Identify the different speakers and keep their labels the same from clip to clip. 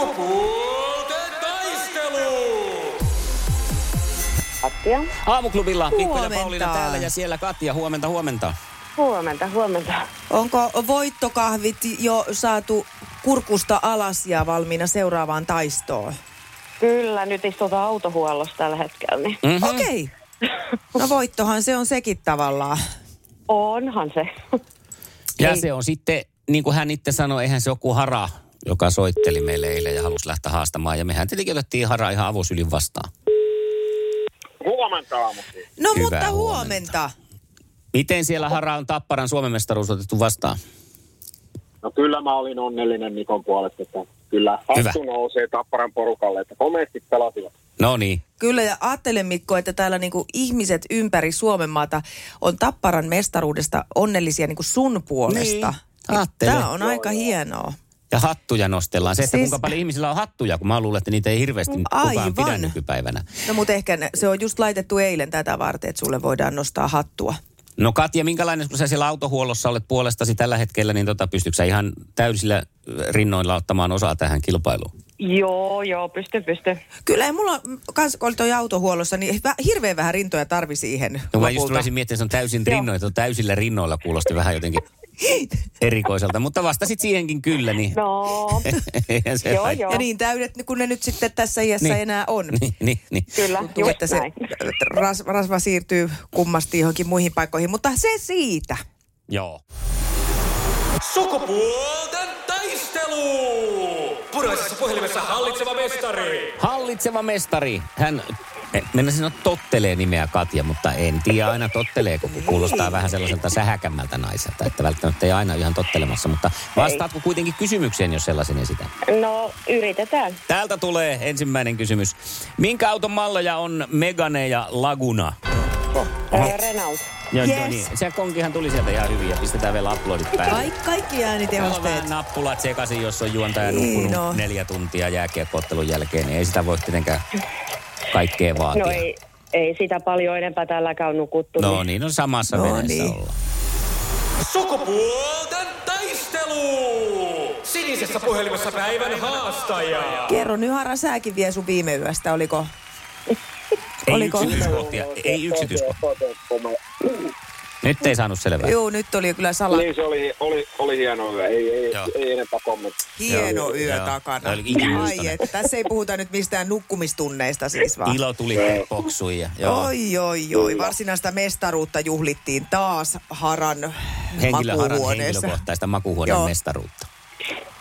Speaker 1: Sukupuolten taistelu!
Speaker 2: Katja.
Speaker 1: Aamuklubilla Mikko ja
Speaker 3: Huomenta.
Speaker 1: Pauliina täällä ja siellä Katja. Huomenta, huomenta.
Speaker 2: Huomenta, huomenta.
Speaker 3: Onko voittokahvit jo saatu kurkusta alas ja valmiina seuraavaan taistoon?
Speaker 2: Kyllä, nyt istutaan autohuollossa tällä hetkellä, niin
Speaker 1: Mhm.
Speaker 3: Mm-hmm. Okei. No voittohan se on sekin tavallaan.
Speaker 2: onhan se.
Speaker 1: Ja
Speaker 3: Ei.
Speaker 1: se on sitten, niin kuin hän itse sanoi, eihän se joku hara, joka soitteli meille eilen ja halusi lähteä haastamaan. Ja mehän tietenkin otettiin hara ihan avosylin vastaan.
Speaker 4: Huomenta aamuksi.
Speaker 3: No
Speaker 1: Hyvää
Speaker 3: mutta
Speaker 1: huomenta.
Speaker 3: huomenta.
Speaker 1: Miten siellä hara on Tapparan Suomen mestaruus otettu vastaan?
Speaker 4: No kyllä mä olin onnellinen Mikon puolesta, että kyllä hattu nousee Tapparan porukalle, että komeasti pelasivat.
Speaker 1: No niin.
Speaker 3: Kyllä ja ajattelen Mikko, että täällä niinku ihmiset ympäri Suomen maata on Tapparan mestaruudesta onnellisia niinku sun puolesta.
Speaker 1: Niin, ajattele.
Speaker 3: Tämä on aika hienoa.
Speaker 1: Ja hattuja nostellaan. Se, että siis...
Speaker 3: Siis-
Speaker 1: kuinka paljon ihmisillä on hattuja, kun mä luulen, että niitä ei hirveästi kukaan
Speaker 3: Aivan.
Speaker 1: pidä nykypäivänä.
Speaker 3: No mutta ehkä ne- se on just laitettu eilen tätä varten, että sulle voidaan nostaa hattua.
Speaker 1: No Katja, minkälainen, kun sä siellä autohuollossa olet puolestasi tällä hetkellä, niin tota, pystytkö sä ihan täysillä rinnoilla ottamaan osaa tähän kilpailuun?
Speaker 2: joo, joo, pysty, pysty.
Speaker 3: Kyllä ei mulla, on- kans kun oli toi autohuollossa, niin vä- hirveän vähän rintoja tarvi siihen
Speaker 1: No mä just
Speaker 3: lopulta.
Speaker 1: rupesin miettimään, että se on täysin rinnoilla, että on täysillä rinnoilla kuulosti vähän jotenkin erikoiselta. Mutta vastasit siihenkin kyllä, niin
Speaker 2: No,
Speaker 1: eihän se
Speaker 2: Joo,
Speaker 1: haittaa.
Speaker 2: joo.
Speaker 3: Ja niin täydet, kun ne nyt sitten tässä iässä
Speaker 1: Niin.
Speaker 3: niin. enää on.
Speaker 1: Niin, niin, niin.
Speaker 2: kyllä,
Speaker 3: Tuntuu,
Speaker 2: just
Speaker 3: että se
Speaker 2: näin.
Speaker 3: ras, rasva siirtyy kummasti johonkin muihin paikkoihin, mutta se siitä.
Speaker 1: Joo.
Speaker 5: Sukupuolten taistelu! Punaisessa puhelimessa hallitseva mestari.
Speaker 1: Hallitseva mestari. Hän, eh, mennä sanoa tottelee nimeä Katja, mutta en tiedä aina totteleeko, kun kuulostaa vähän sellaiselta sähäkämmältä naiselta, että välttämättä ei aina ole ihan tottelemassa, mutta vastaatko kuitenkin kysymykseen, jos sellaisen esitän?
Speaker 2: No, yritetään.
Speaker 1: Täältä tulee ensimmäinen kysymys. Minkä auton malleja on Megane ja Laguna?
Speaker 2: Ää, Äh, Renault.
Speaker 1: Joo,
Speaker 3: Yes.
Speaker 1: no niin. Se konkihan tuli sieltä ihan hyvin ja pistetään vielä uploadit päälle.
Speaker 3: Kaik, kaikki
Speaker 1: Täällä on
Speaker 3: äänitehosteet.
Speaker 1: vähän nappulat sekaisin, jos on juontaja
Speaker 3: Niin
Speaker 1: nukkunut
Speaker 3: on.
Speaker 1: neljä tuntia jääkiekkoottelun jälkeen, niin ei sitä voi tietenkään kaikkea vaatia.
Speaker 2: No ei, ei sitä paljon enempää tälläkään nukuttu.
Speaker 1: no niin, on samassa
Speaker 3: No
Speaker 1: veneessä
Speaker 3: niin.
Speaker 1: ollaan.
Speaker 5: Sukupuolten taistelu! Sinisessä puhelimessa päivän haastaja.
Speaker 3: Kerro nyt Hara, säkin vie sun viime yöstä, oliko?
Speaker 1: Ei
Speaker 3: Oliko?
Speaker 1: yksityiskohtia, ei yksityiskohtia. Nyt ei saanut selvää.
Speaker 3: Joo, nyt oli kyllä sala.
Speaker 4: Niin se oli, oli, oli hieno yö, ei, ei,
Speaker 1: Joo.
Speaker 4: ei enempää kommenttia.
Speaker 3: Hieno
Speaker 1: Joo,
Speaker 3: yö
Speaker 1: joo.
Speaker 3: takana.
Speaker 1: Tää oli ikimuistoinen.
Speaker 3: Ai että, tässä ei puhuta nyt mistään nukkumistunneista siis vaan.
Speaker 1: Ilo tuli poksui. ja- Joo.
Speaker 3: Oi, oi, oi. Varsinaista mestaruutta juhlittiin taas Haran
Speaker 1: Henkilö, Haran
Speaker 3: makuuhuoneessa.
Speaker 1: henkilökohtaista makuuhuoneen
Speaker 3: Joo.
Speaker 1: mestaruutta.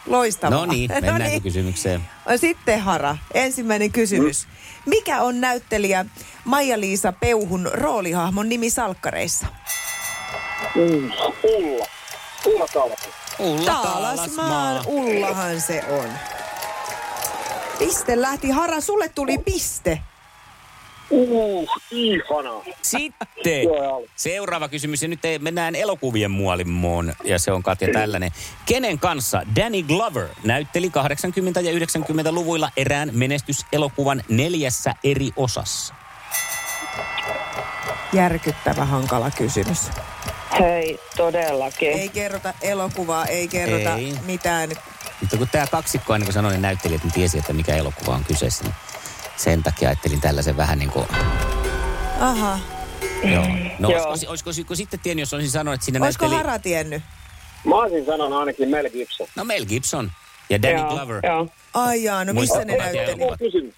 Speaker 3: Loistavaa. No
Speaker 1: No niin, mennäänkö kysymykseen? Mm.
Speaker 3: Sitten Hara, ensimmäinen kysymys. Mikä on näyttelijä Maija-Liisa Peuhun roolihahmon nimi salkkareissa?
Speaker 4: Ulla. Ulla Kalpi.
Speaker 1: Ulla Taalasmaa.
Speaker 3: Taalasmaan Ullahan se on. Piste lähti. Hara, sulle tuli piste.
Speaker 4: Uh, ihana.
Speaker 1: Sitten
Speaker 4: Joo, joo.
Speaker 1: seuraava kysymys, ja nyt ei- mennään elokuvien muolimmoon, ja se on Katja tällainen. Kenen kanssa Danny Glover näytteli 80- ja 90-luvuilla erään menestyselokuvan neljässä eri osassa?
Speaker 3: Järkyttävä hankala kysymys.
Speaker 2: Hei, todellakin.
Speaker 3: niin. Ei kerrota elokuvaa, ei kerrota
Speaker 1: Ei.
Speaker 3: mitään.
Speaker 1: Mutta kun tämä kaksikko, aina kun sanoin, niin näytteli, että tiesi, että mikä elokuva on kyseessä, niin sen takia ajattelin tällaisen vähän niin kuin...
Speaker 3: Aha.
Speaker 1: Joo. No
Speaker 2: Joo.
Speaker 1: olisiko, olisiko, olisiko sitten tiennyt, jos olisin sanonut, että siinä
Speaker 3: Olisiko
Speaker 1: näytteli...
Speaker 3: Hara tiennyt?
Speaker 4: Mä olisin sanonut ainakin Mel Gibson.
Speaker 1: No Mel Gibson ja Danny Glover.
Speaker 2: Joo.
Speaker 3: Ai jaa, no missä ne
Speaker 1: Muistatko näitä
Speaker 3: näytteli?
Speaker 1: elokuvia?
Speaker 4: Kysymys.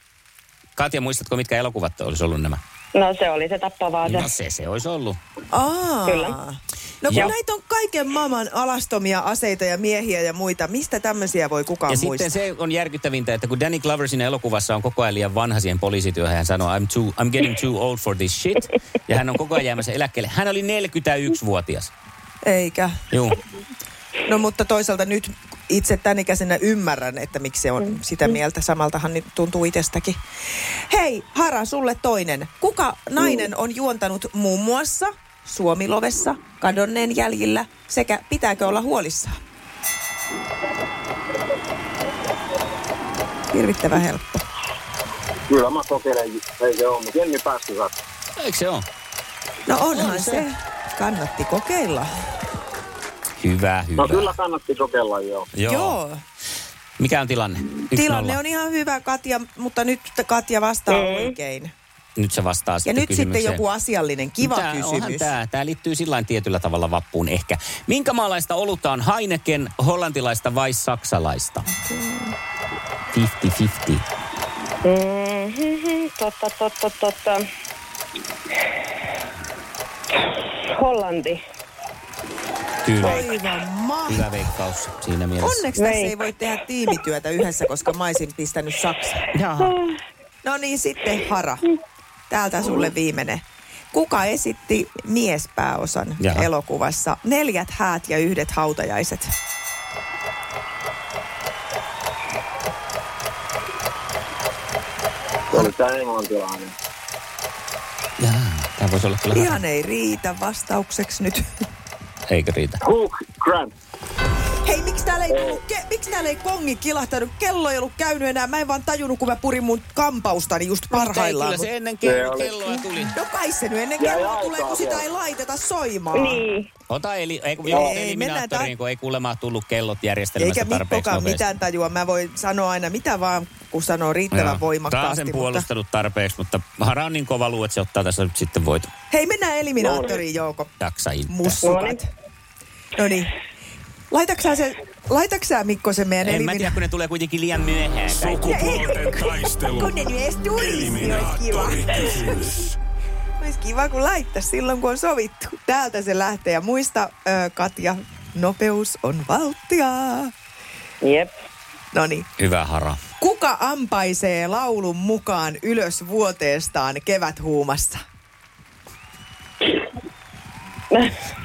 Speaker 1: Katja, muistatko, mitkä elokuvat olisi ollut nämä?
Speaker 2: No se oli se tappavaa.
Speaker 1: No
Speaker 2: se.
Speaker 1: se, se olisi ollut.
Speaker 3: Aa.
Speaker 2: Kyllä.
Speaker 3: No kun
Speaker 1: Ja-
Speaker 3: näitä on kaiken maailman alastomia aseita ja miehiä ja muita, mistä tämmöisiä voi kukaan
Speaker 1: ja
Speaker 3: muistaa?
Speaker 1: sitten se on järkyttävintä, että kun Danny Glover siinä elokuvassa on koko ajan liian vanha siihen poliisityöhön, hän sanoo, I'm, too, I'm getting too old for this shit. Ja hän on koko ajan jäämässä eläkkeelle. Hän oli 41-vuotias.
Speaker 3: Eikä.
Speaker 1: Joo.
Speaker 3: No mutta toisaalta nyt itse tämän ikäisenä ymmärrän, että miksi se on sitä mieltä. Samaltahan nyt tuntuu itsestäkin. Hei, Hara, sulle toinen. Kuka nainen on juontanut muun muassa Suomilovessa, kadonneen jäljillä sekä pitääkö olla huolissaan? Hirvittävän helppo.
Speaker 4: Kyllä mä kokeilen, ei se ole, mutta Jenni päästy
Speaker 1: Eikö se ole?
Speaker 3: No onhan se. Kannatti kokeilla.
Speaker 1: Hyvä, hyvä.
Speaker 4: No kyllä kannatti kokeilla joo.
Speaker 1: Joo. Mikä on tilanne? 1-0.
Speaker 3: Tilanne on ihan hyvä, Katja, mutta nyt Katja vastaa
Speaker 2: Ei.
Speaker 3: oikein.
Speaker 1: Nyt se vastaa
Speaker 3: Ja
Speaker 1: sitten
Speaker 3: nyt sitten
Speaker 1: kysymykseen.
Speaker 3: joku asiallinen, kiva
Speaker 1: Tää onhan
Speaker 3: kysymys.
Speaker 1: Tämä, tämä liittyy sillain tietyllä tavalla vappuun ehkä. Minkä maalaista olutta on Heineken, hollantilaista vai saksalaista? 50-50.
Speaker 2: Mm-hmm, totta, totta, totta. Hollanti.
Speaker 1: Kyllä.
Speaker 3: Aivan mahtavaa.
Speaker 1: Hyvä veikkaus siinä mielessä.
Speaker 3: Onneksi tässä
Speaker 2: Veikka.
Speaker 3: ei voi tehdä tiimityötä yhdessä, koska mä olisin pistänyt Saksa.
Speaker 1: Jaha.
Speaker 3: No niin, sitten Hara. Täältä sulle viimeinen. Kuka esitti miespääosan
Speaker 1: Jaha.
Speaker 3: elokuvassa Neljät häät ja yhdet hautajaiset?
Speaker 4: Se oli tämä englantilainen.
Speaker 1: Jaha. Tämä voisi olla kyllä...
Speaker 3: Ihan ei riitä vastaukseksi nyt.
Speaker 1: Eikö riitä?
Speaker 4: Hugh Grant.
Speaker 3: Hei, miksi täällä ei, tullut, ke, miksi täällä ei kongi kilahtanut? Kello ei ollut käynyt enää. Mä en vaan tajunnut, kun mä purin mun kampaustani just parhaillaan.
Speaker 1: Ei, kyllä se ennen
Speaker 4: Se
Speaker 1: kello,
Speaker 4: oli.
Speaker 1: kelloa tuli.
Speaker 3: No kai se nyt ennen
Speaker 4: Ja
Speaker 3: kelloa
Speaker 4: jalkaa
Speaker 3: tulee, kun sitä
Speaker 4: vielä.
Speaker 3: ei laiteta soimaan.
Speaker 2: Niin.
Speaker 1: Ota eli, ei, kun
Speaker 3: Joo.
Speaker 1: joo,
Speaker 3: Ei, mennään
Speaker 1: eliminaattoriin,
Speaker 3: ta-
Speaker 1: kun ei kuulemma tullut kellot järjestelmästä
Speaker 3: Eikä
Speaker 1: tarpeeksi
Speaker 3: Mikkokaan
Speaker 1: nopeasti.
Speaker 3: mitään tajua. Mä voin sanoa aina mitä vaan, kun sanoo riittävän
Speaker 1: Joo. Tää on
Speaker 3: voimakkaasti.
Speaker 1: sen
Speaker 3: Mutta...
Speaker 1: puolustanut tarpeeksi, mutta Hara on niin kova luu, että se ottaa tässä nyt sitten voit
Speaker 3: Hei, mennään eliminaattoriin, Jouko.
Speaker 1: jaksa itse.
Speaker 3: Mussukat. No niin. Laitaksä, se, laitaksä Mikko sen meidän
Speaker 1: En mä tiedä,
Speaker 3: eliminaattorin?
Speaker 1: kun ne tulee kuitenkin liian myöhään.
Speaker 5: Sukupuolten taistelu.
Speaker 3: Kun ne nyt edes tulisi, niin olisi kiva.
Speaker 5: Eliminaattorikysymys.
Speaker 3: Olisi kiva, kun laittaa silloin, kun on sovittu. Täältä se lähtee. Ja muista, ö, Katja, nopeus on valttia.
Speaker 2: Jep.
Speaker 3: No niin.
Speaker 1: Hyvä Hara.
Speaker 3: Kuka ampaisee laulun mukaan ylös vuoteestaan keväthuumassa?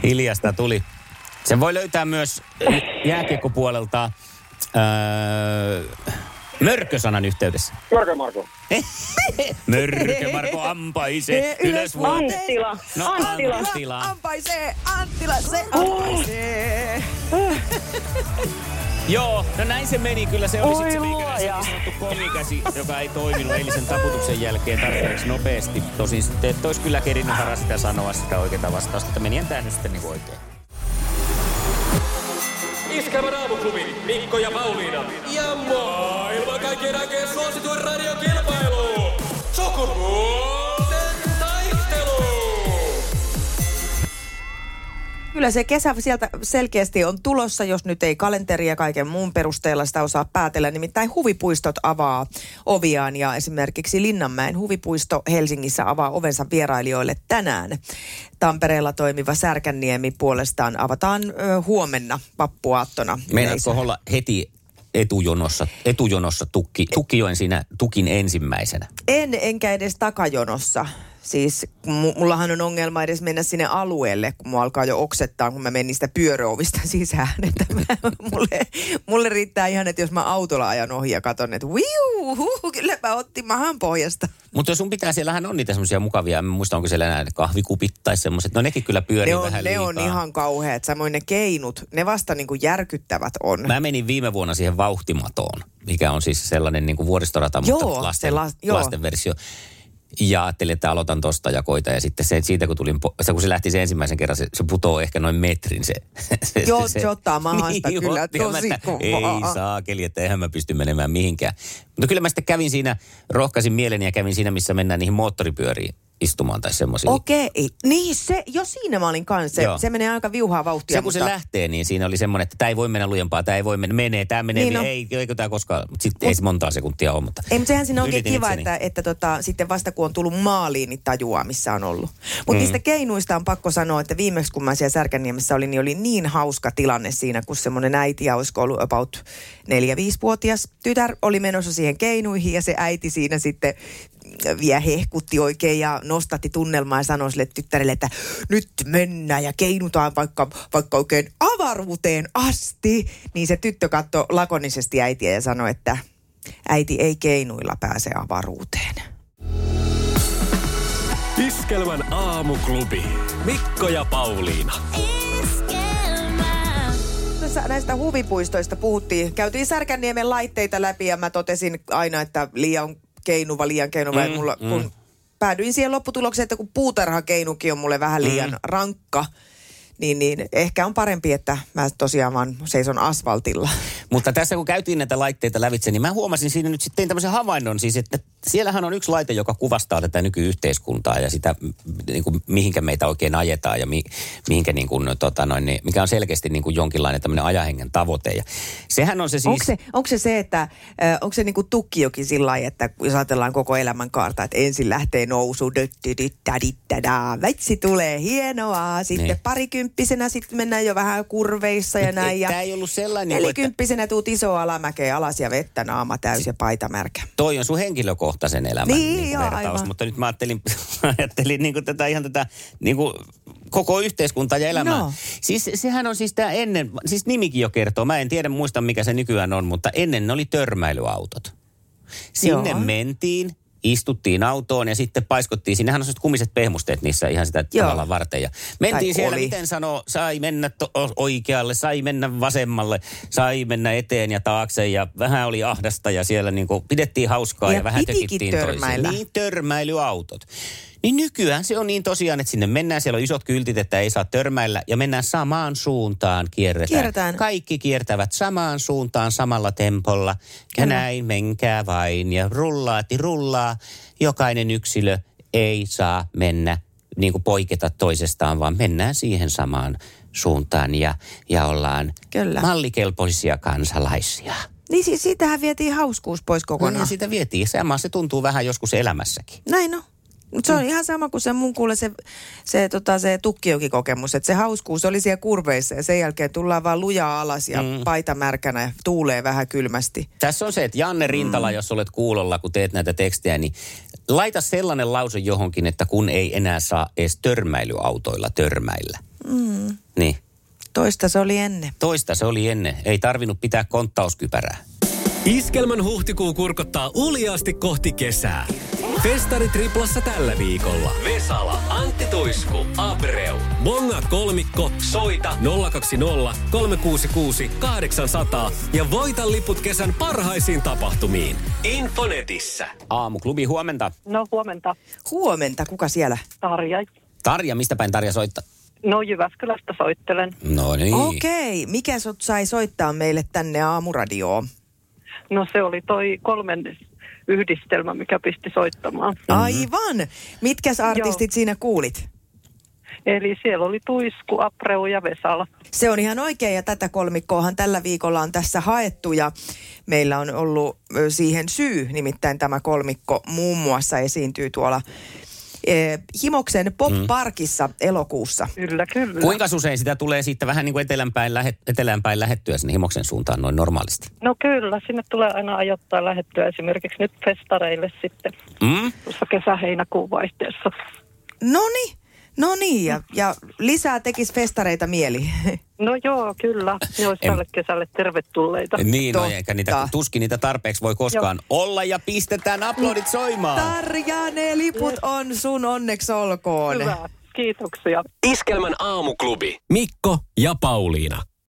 Speaker 1: Hiljasta tuli. Sen voi löytää myös jääkiekkopuolelta öö, mörkösanan yhteydessä.
Speaker 4: Jorge Marko.
Speaker 1: Mörkö Marko ampaise ylös vuoteen.
Speaker 2: Anttila.
Speaker 1: No,
Speaker 2: Anttila.
Speaker 1: Anttila.
Speaker 3: Ampaisee, Anttila, se ampaisee.
Speaker 1: Joo, no näin se meni. Kyllä se oli
Speaker 2: Voi
Speaker 1: sitten se meikäläisen
Speaker 2: luoja.
Speaker 1: niin sanottu kongikäsi, joka ei toiminut eilisen taputuksen jälkeen tarpeeksi nopeasti. Tosin sitten et olisi kyllä kerinyt hara sitä sanoa sitä oikeaa vastausta, että meni tämä nyt sitten niin oikein.
Speaker 5: Iskelmän aamuklubi, Mikko ja Pauliina. Ja maailman kaikkien aikeen suosituen radiokilpailu. Sukupuolten taistelu.
Speaker 3: Kyllä se kesä sieltä selkeästi on tulossa, jos nyt ei kalenteria ja kaiken muun perusteella sitä osaa päätellä. Nimittäin huvipuistot avaa oviaan ja esimerkiksi Linnanmäen huvipuisto Helsingissä avaa ovensa vierailijoille tänään. Tampereella toimiva Särkänniemi puolestaan avataan ö, huomenna vappuaattona.
Speaker 1: Meinaatko olla heti etujonossa, etujonossa tukki, tukijoen siinä tukin ensimmäisenä?
Speaker 3: En, enkä edes takajonossa. Siis mu- mullahan on ongelma edes mennä sinne alueelle, kun mua alkaa jo oksettaa, kun mä menen niistä pyöröovista sisään. Että mä, mulle, mulle, riittää ihan, että jos mä autolla ajan ohi ja katon, että viu, huh, kyllä mä otin mahan pohjasta.
Speaker 1: Mutta jos sun pitää, siellähän on niitä semmoisia mukavia, en muista onko siellä näitä kahvikupit tai semmoiset, no nekin kyllä pyörii
Speaker 3: Ne on,
Speaker 1: vähän
Speaker 3: ne
Speaker 1: liikaa.
Speaker 3: on ihan kauheat, samoin ne keinut, ne vasta niin kuin järkyttävät on.
Speaker 1: Mä menin viime vuonna siihen vauhtimatoon, mikä on siis sellainen niin kuin vuoristorata, mutta
Speaker 3: Joo,
Speaker 1: lasten,
Speaker 3: se las- joo.
Speaker 1: lasten versio. Ja ajattelin, että aloitan tosta ja koita. Ja sitten se, siitä kun, tulin, po- se, kun se lähti se ensimmäisen kerran, se, se putoo ehkä noin metrin se. se
Speaker 3: Joo, se ottaa mahasta kyllä,
Speaker 1: otti, ja mä,
Speaker 3: tosi
Speaker 1: että
Speaker 3: kovaa.
Speaker 1: Ei saakeli, että eihän mä pysty menemään mihinkään. Mutta kyllä mä sitten kävin siinä, rohkaisin mieleni ja kävin siinä, missä mennään niihin moottoripyöriin istumaan tai semmoisiin.
Speaker 3: Okei, niin se, jo siinä mä olin kanssa,
Speaker 1: Joo.
Speaker 3: se, se menee aika viuhaa vauhtia.
Speaker 1: Se kun
Speaker 3: mutta...
Speaker 1: se lähtee, niin siinä oli semmoinen, että tämä ei voi mennä lujempaa, tämä ei voi mennä, menee, tämä menee,
Speaker 3: Niin
Speaker 1: niin
Speaker 3: on.
Speaker 1: ei, eikö tämä koskaan, mutta sitten ei se montaa sekuntia ole, mutta
Speaker 3: Ei, mutta sehän siinä onkin
Speaker 1: yritin
Speaker 3: kiva,
Speaker 1: itseni.
Speaker 3: että, että tota, sitten vasta kun on tullut maaliin, niin tajuaa, missä on ollut. Mutta mm. niistä keinuista on pakko sanoa, että viimeksi kun mä siellä Särkänniemessä olin, niin oli niin hauska tilanne siinä, kun semmoinen äiti ja olisiko ollut about 4-5-vuotias tytär oli menossa siihen keinuihin ja se äiti siinä sitten vielä hehkutti oikein ja nostatti tunnelmaa ja sanoi sille tyttärelle, että nyt mennään ja keinutaan vaikka, vaikka oikein avaruuteen asti. Niin se tyttö katsoi lakonisesti äitiä ja sanoi, että Äiti ei keinuilla pääse avaruuteen.
Speaker 5: Iskelmän aamuklubi, Mikko ja Pauliina.
Speaker 3: Tässä näistä huvipuistoista puhuttiin. Käytiin Särkänniemen laitteita läpi ja mä totesin aina, että liian keinuva, liian keinuva. Mm, mulla, kun päädyin siihen lopputulokseen, että kun puutarhakeinukin on mulle vähän liian mm. rankka, niin, niin ehkä on parempi, että mä tosiaan vaan seison asfaltilla.
Speaker 1: Mutta tässä kun käytiin näitä laitteita lävitse, niin mä huomasin siinä nyt sitten tämmöisen havainnon siis, että siellähän on yksi laite, joka kuvastaa tätä nykyyhteiskuntaa ja sitä, niin kuin, mihinkä meitä oikein ajetaan ja mi, mihinkä niin kuin, tota noin, niin, mikä on selkeästi niin kuin jonkinlainen tämmöinen ajahengen tavoite. Ja sehän on se siis...
Speaker 3: Onko se, onko se, se että äh, onko se niin kuin tukkijokin sillä lailla, että jos ajatellaan koko elämän kaarta, että ensin lähtee nousu, vetsi tulee hienoa, sitten
Speaker 1: Niin.
Speaker 3: niin. parikymppisenä sitten mennään jo vähän kurveissa ja näin. Ja
Speaker 1: Tämä ei ollut sellainen, niin kuin, että
Speaker 3: nelikymppisenä tuut isoa alamäkeä alas ja vettä naama täys ja paita märkä.
Speaker 1: toi on sun henkilökohtaisen elämän
Speaker 3: Niin,
Speaker 1: niin, niin
Speaker 3: joo,
Speaker 1: vertaus,
Speaker 3: aivan.
Speaker 1: mutta nyt mä ajattelin, ajattelin niin kuin tätä ihan tätä niin kuin koko yhteiskuntaa ja elämää. No.
Speaker 3: No.
Speaker 1: Siis sehän on siis tämä ennen, siis nimikin jo kertoo, mä en tiedä muista mikä se nykyään on, mutta ennen ne oli törmäilyautot. Sinne Joo.
Speaker 3: Joo.
Speaker 1: mentiin, istuttiin autoon ja sitten paiskottiin. Siinähän on sellaiset kumiset pehmusteet niissä ihan sitä
Speaker 3: Joo.
Speaker 1: tavallaan varten. Ja mentiin
Speaker 3: Tai
Speaker 1: siellä,
Speaker 3: oli.
Speaker 1: miten sanoo, sai mennä to- o- oikealle, sai mennä vasemmalle, sai mennä eteen ja taakse. Ja vähän oli ahdasta ja siellä niin kuin pidettiin hauskaa ja, ja
Speaker 3: Ja
Speaker 1: vähän
Speaker 3: pitikin
Speaker 1: tökittiin toisiin.
Speaker 3: törmäillä.
Speaker 1: Niin, törmäilyautot. Niin nykyään se on niin tosiaan, että sinne mennään, siellä on isot kyltit, että ei saa törmäillä ja mennään samaan suuntaan kierretään.
Speaker 3: Kierretään.
Speaker 1: Kaikki kiertävät samaan suuntaan samalla tempolla. Ja näin menkää vain ja rullaati rullaa. Jokainen yksilö ei saa mennä niin kuin poiketa toisestaan, vaan mennään siihen samaan suuntaan ja, ja ollaan
Speaker 3: Kyllä.
Speaker 1: mallikelpoisia kansalaisia.
Speaker 3: Niin siis siitähän vietiin hauskuus pois
Speaker 1: Kun
Speaker 3: kokonaan.
Speaker 1: sitä vietiin, sama se tuntuu vähän joskus elämässäkin.
Speaker 3: Näin on. Mutta se on ihan sama kuin se mun kuule se, se, tota, se tukkijokikokemus, että se hauskuus oli siellä kurveissa ja sen jälkeen tullaan vaan lujaa alas ja mm. paita märkänä ja tuulee vähän kylmästi.
Speaker 1: Tässä on se, että Janne
Speaker 5: Mm.
Speaker 1: Rintala, jos olet kuulolla, kun teet näitä tekstejä, niin laita sellainen lause johonkin, että kun ei enää saa edes törmäilyautoilla törmäillä. Mm. Niin,
Speaker 3: Toista se oli ennen.
Speaker 1: toista se oli ennen. Ei tarvinnut pitää konttauskypärää.
Speaker 5: Iskelmän huhtikuu kurkottaa uljaasti kohti kesää. Festari triplassa tällä viikolla. Vesala, Antti Tuisku, Abreu. Bonga kolmikko, soita 020 366 800 ja voita liput kesän parhaisiin tapahtumiin. Infonetissä.
Speaker 1: Aamuklubi, huomenta.
Speaker 2: No huomenta.
Speaker 3: Huomenta, kuka siellä?
Speaker 2: Tarja.
Speaker 1: Tarja, mistä päin Tarja soittaa?
Speaker 2: No Jyväskylästä soittelen.
Speaker 1: No niin.
Speaker 3: Okei, okay. mikä sut sai soittaa meille tänne aamuradioon?
Speaker 2: No se oli toi kolmen yhdistelmä, mikä pisti soittamaan.
Speaker 1: No.
Speaker 3: Aivan. Mitkäs artistit Joo. siinä kuulit?
Speaker 2: Eli siellä oli Tuisku, Apreu ja Vesala.
Speaker 3: Se on ihan oikein ja tätä kolmikkoahan tällä viikolla on tässä haettu ja meillä on ollut ö, siihen syy. Nimittäin tämä kolmikko muun muassa esiintyy tuolla eh, Himoksen Pop-parkissa elokuussa.
Speaker 2: Kyllä, kyllä.
Speaker 1: Kuinka usein sitä tulee siitä vähän niin kuin etelänpäin, lähet, etelänpäin lähettyä sinne himoksen suuntaan noin normaalisti?
Speaker 2: No kyllä, sinne tulee aina ajoittaa lähettyä esimerkiksi nyt festareille sitten
Speaker 1: Mm?
Speaker 2: tuossa kesä-heinäkuun vaihteessa.
Speaker 3: Noni, no niin ja, ja lisää tekisi festareita mieli.
Speaker 2: No joo, kyllä. Ne olisi
Speaker 1: En-
Speaker 2: tälle kesälle tervetulleita.
Speaker 1: Niin, no,
Speaker 3: Totta.
Speaker 1: eikä niitä, tuskin niitä tarpeeksi voi koskaan olla ja pistetään aplodit soimaan.
Speaker 3: Tarja, ne liput on sun onneksi olkoon.
Speaker 2: Hyvä, kiitoksia.
Speaker 5: Iskelmän aamuklubi. Mikko ja Pauliina.